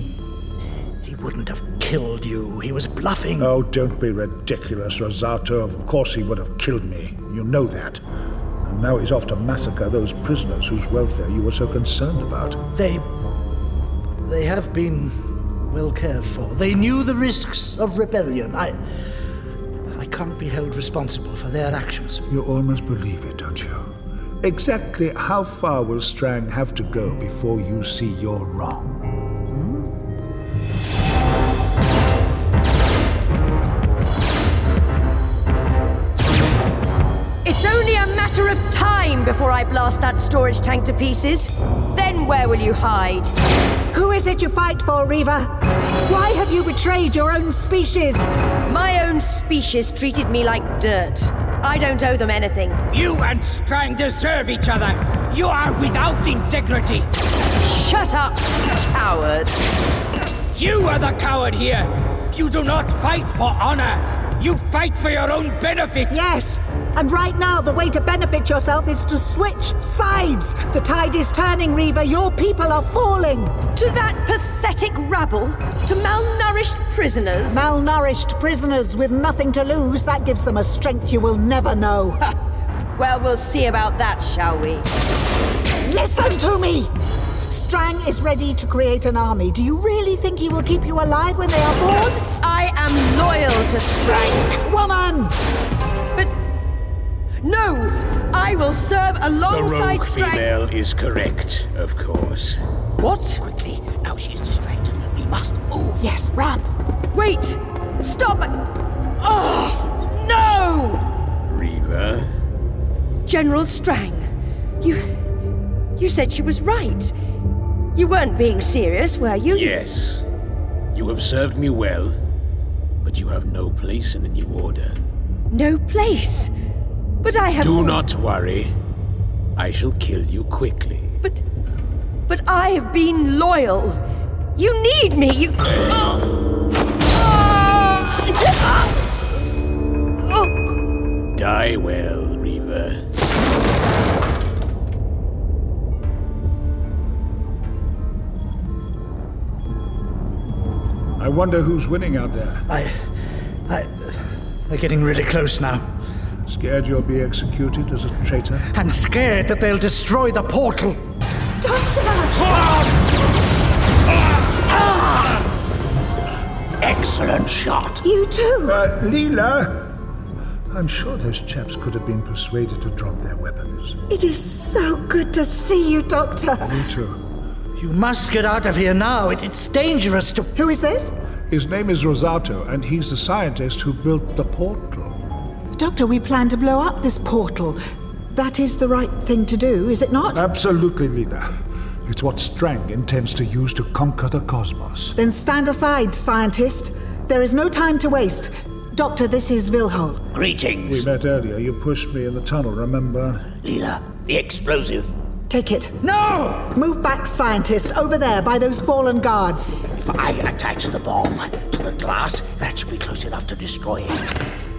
he wouldn't have killed you. He was bluffing.
Oh, don't be ridiculous, Rosato. Of course he would have killed me. You know that. And now he's off to massacre those prisoners whose welfare you were so concerned about.
They. they have been well cared for. They knew the risks of rebellion. I. I can't be held responsible for their actions.
You almost believe it, don't you? Exactly how far will Strang have to go before you see you're wrong?
It's only a matter of time before I blast that storage tank to pieces. Then where will you hide?
Who is it you fight for, Reva? Why have you betrayed your own species?
My own species treated me like dirt. I don't owe them anything.
You and Strang deserve each other. You are without integrity.
Shut up, coward.
You are the coward here. You do not fight for honor. You fight for your own benefit.
Yes, and right now, the way to benefit yourself is to switch sides. The tide is turning, Reva. Your people are falling.
To that pathetic rabble? To malnourished prisoners?
Malnourished prisoners with nothing to lose. That gives them a strength you will never know.
well, we'll see about that, shall we?
Listen to me! Strang is ready to create an army. Do you really think he will keep you alive when they are born?
I am loyal to Strang.
Woman!
No! I will serve
the
alongside
rogue
Strang.
female is correct, of course.
What?
Quickly, now she is distracted. We must move.
Yes, run.
Wait! Stop! Oh, no!
Reva,
General Strang, you. You said she was right. You weren't being serious, were you?
yes. You have served me well, but you have no place in the new order.
No place. But I have.
Do not worry. I shall kill you quickly.
But I have been loyal. You need me. You. Oh. Oh.
My well, Reaver.
I wonder who's winning out there.
I. I. They're getting really close now.
Scared you'll be executed as a traitor?
I'm scared that they'll destroy the portal.
Excellent shot.
You too.
Uh, Leela! I'm sure those chaps could have been persuaded to drop their weapons.
It is so good to see you, Doctor.
Me too.
You must get out of here now. It, it's dangerous to.
Who is this?
His name is Rosato, and he's the scientist who built the portal.
Doctor, we plan to blow up this portal. That is the right thing to do, is it not?
Absolutely, Leela. It's what Strang intends to use to conquer the cosmos.
Then stand aside, scientist. There is no time to waste. Doctor, this is Vilhol.
Greetings,
We met earlier. You pushed me in the tunnel, remember?
Leela. The explosive.
Take it.
No!
Move back, scientist, over there by those fallen guards.
If I attach the bomb to the glass, that should be close enough to destroy it.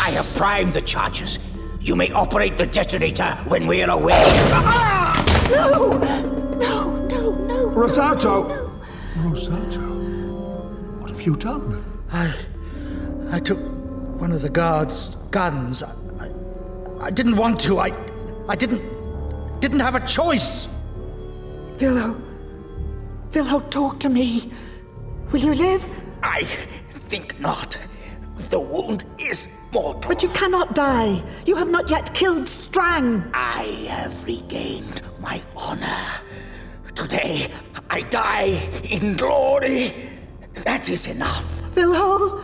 I have primed the charges. You may operate the detonator when we are away. Ah!
No!
Rosato! Rosato? What have you done?
I. I took one of the guards' guns. I. I, I didn't want to. I. I didn't. Didn't have a choice.
Vilho. Vilho, talk to me. Will you live?
I think not. The wound is mortal.
But you cannot die. You have not yet killed Strang.
I have regained my honor. Today, I die in glory. That is enough.
Vilho,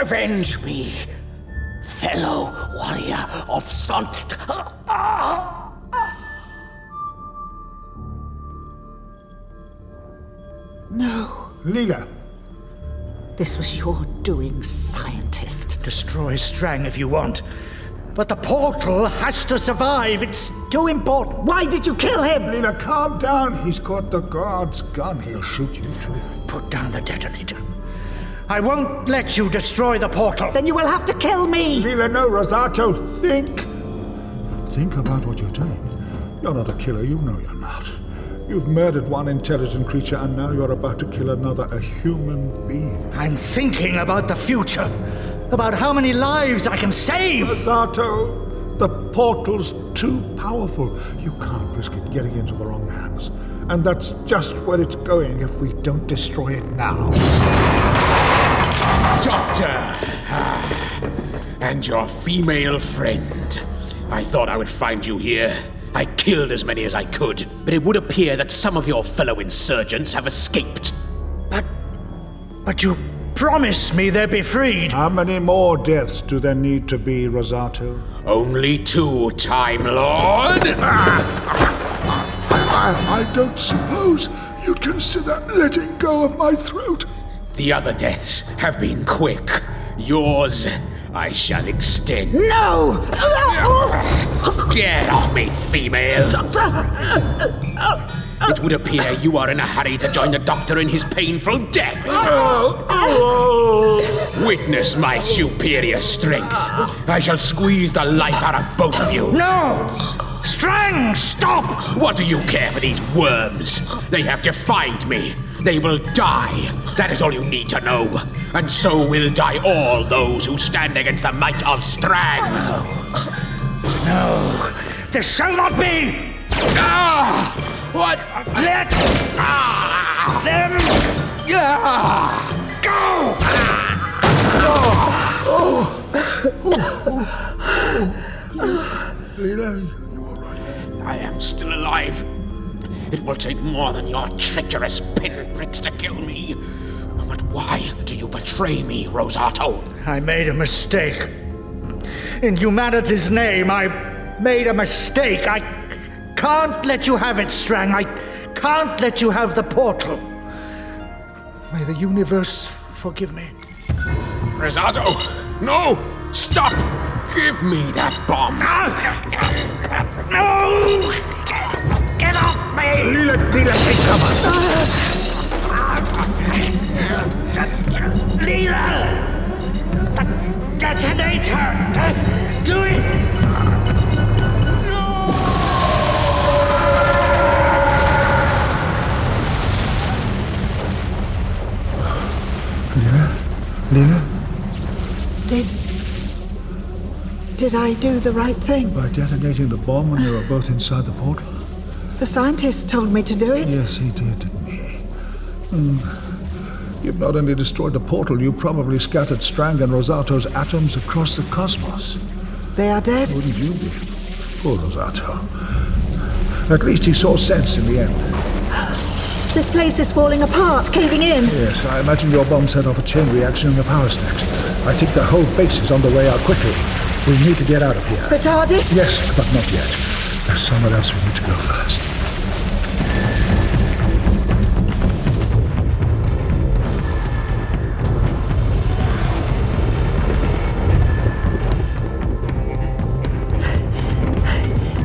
Avenge me, fellow warrior of Sant.
no.
Leela!
This was your doing, scientist.
Destroy Strang if you want. But the portal has to survive. It's too important.
Why did you kill him?
Leela, calm down. He's got the guard's gun. He'll shoot you, too.
Put down the detonator. I won't let you destroy the portal.
Then you will have to kill me.
Leela, no, Rosato, think! Think about what you're doing. You're not a killer, you know you're not. You've murdered one intelligent creature, and now you're about to kill another, a human being.
I'm thinking about the future, about how many lives I can save.
Rosato, the portal's too powerful. You can't risk it getting into the wrong hands. And that's just where it's going if we don't destroy it now.
Doctor! Ah, And your female friend. I thought I would find you here. I killed as many as I could, but it would appear that some of your fellow insurgents have escaped.
But you promised me they'd be freed.
How many more deaths do there need to be, Rosato?
Only two, Time Lord!
I, I don't suppose you'd consider letting go of my throat.
The other deaths have been quick. Yours, I shall extend.
No!
Get off me, female! It would appear you are in a hurry to join the doctor in his painful death. Witness my superior strength. I shall squeeze the life out of both of you.
No! Strang, stop!
What do you care for these worms? They have defined me. They will die. That is all you need to know. And so will die all those who stand against the might of Strang.
No, this shall not be!
Ah! What?
Let
Ah!
them go!
Leela, you all right?
I am still alive. It will take more than your treacherous pinpricks to kill me. But why do you betray me, Rosato?
I made a mistake. In humanity's name, I made a mistake. I can't let you have it, Strang. I can't let you have the portal. May the universe forgive me.
Rosato! No! Stop! Give me that bomb!
No! Get off me!
Leela, Leela, take cover!
Leela! The detonator!
Did. Did I do the right thing?
By detonating the bomb when they were both inside the portal?
The scientist told me to do it.
Yes, he did, didn't he? Hmm. You've not only destroyed the portal, you probably scattered Strang and Rosato's atoms across the cosmos.
They are dead?
Wouldn't you be? Poor Rosato. At least he saw sense in the end.
This place is falling apart, caving in.
Yes, I imagine your bomb set off a chain reaction in the power stacks. I think the whole base is on the way out quickly. We need to get out of here.
The TARDIS?
Yes, but not yet. There's somewhere else we need to go first.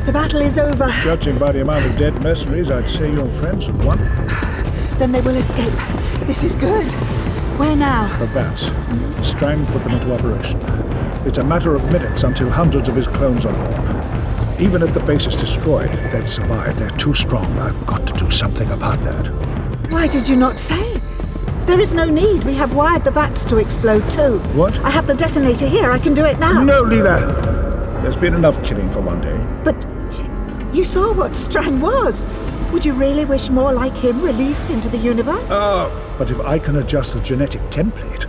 The battle is over.
Judging by the amount of dead mercenaries, I'd say your friends have won.
Then they will escape. This is good. Where now?
Advance. Strang put them into operation. It's a matter of minutes until hundreds of his clones are born. Even if the base is destroyed, they'd survive. They're too strong. I've got to do something about that.
Why did you not say? There is no need. We have wired the VATs to explode too.
What?
I have the detonator here. I can do it now.
No, Leela! There's been enough killing for one day.
You saw what Strang was. Would you really wish more like him released into the universe?
Oh. But if I can adjust the genetic template,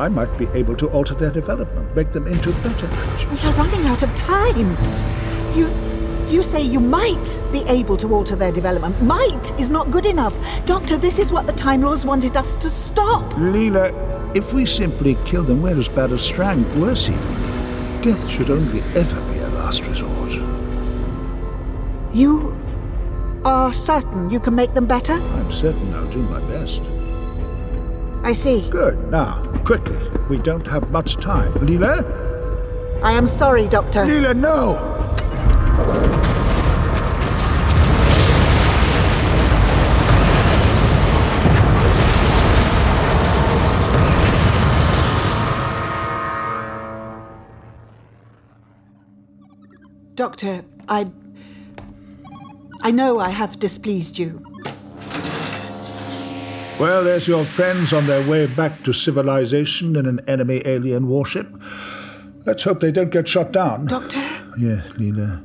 I might be able to alter their development, make them into better creatures.
We are running out of time. You you say you might be able to alter their development. Might is not good enough. Doctor, this is what the Time Lords wanted us to stop.
Leela, if we simply kill them, we're as bad as Strang, worse even. Death should only ever be a last resort.
You are certain you can make them better?
I'm certain I'll do my best.
I see.
Good. Now, quickly. We don't have much time. Leela?
I am sorry, Doctor.
Leela, no!
Doctor, I. I know I have displeased you.
Well, there's your friends on their way back to civilization in an enemy alien warship. Let's hope they don't get shot down.
Doctor,
Yeah, Leela.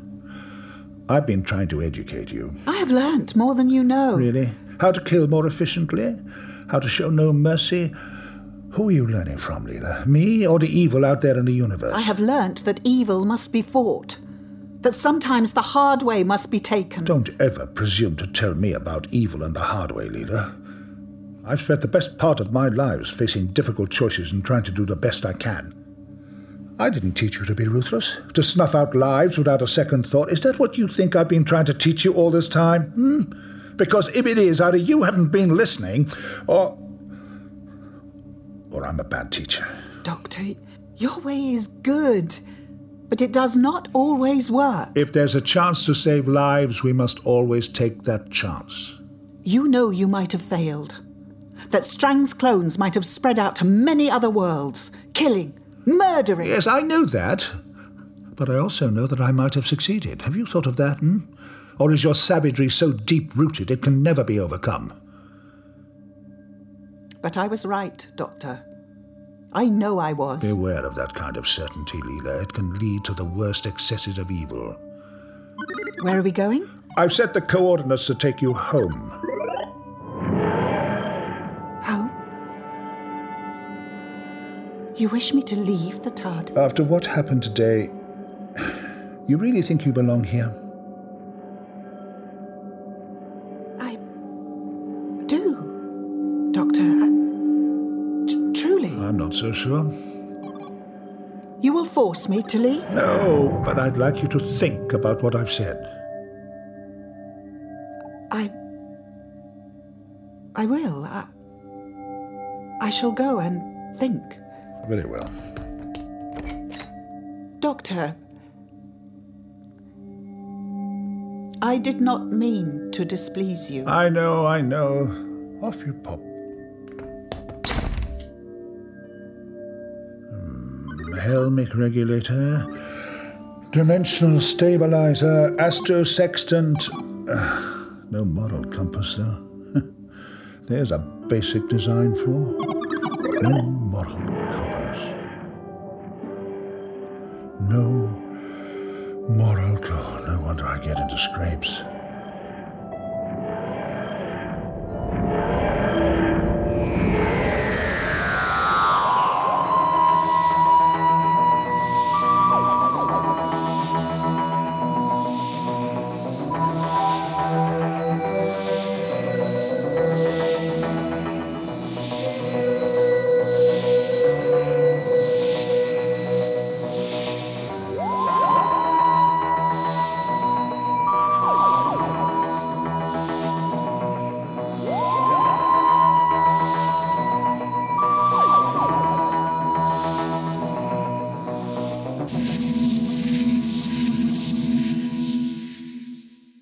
I've been trying to educate you.
I have learnt more than you know.
Really? How to kill more efficiently? How to show no mercy? Who are you learning from, Leela? Me or the evil out there in the universe?
I have learnt that evil must be fought, that sometimes the hard way must be taken.
Don't uh, ever presume to tell me about evil and the hard way, Leela. I've spent the best part of my lives facing difficult choices and trying to do the best I can. I didn't teach you to be ruthless, to snuff out lives without a second thought. Is that what you think I've been trying to teach you all this time? Hmm? Because if it is, either you haven't been listening, or. or I'm a bad teacher.
Doctor, your way is good, but it does not always work.
If there's a chance to save lives, we must always take that chance.
You know you might have failed. That Strang's clones might have spread out to many other worlds, killing, murdering.
Yes, I know that. But I also know that I might have succeeded. Have you thought of that, hmm? Or is your savagery so deep rooted it can never be overcome?
But I was right, Doctor. I know I was.
Beware of that kind of certainty, Leela. It can lead to the worst excesses of evil.
Where are we going?
I've set the coordinates to take you home.
You wish me to leave the TARD?
After what happened today, you really think you belong here?
I do, Doctor. I, t- truly.
I'm not so sure.
You will force me to leave?
No, but I'd like you to think about what I've said.
I. I will. I, I shall go and think.
Very well.
Doctor, I did not mean to displease you.
I know, I know. Off you pop. Hmm, Helmic regulator, dimensional stabilizer, astro sextant. Ah, no model compass, though. There's a basic design flaw. No model compass. no moral. God, no wonder I get into scrapes.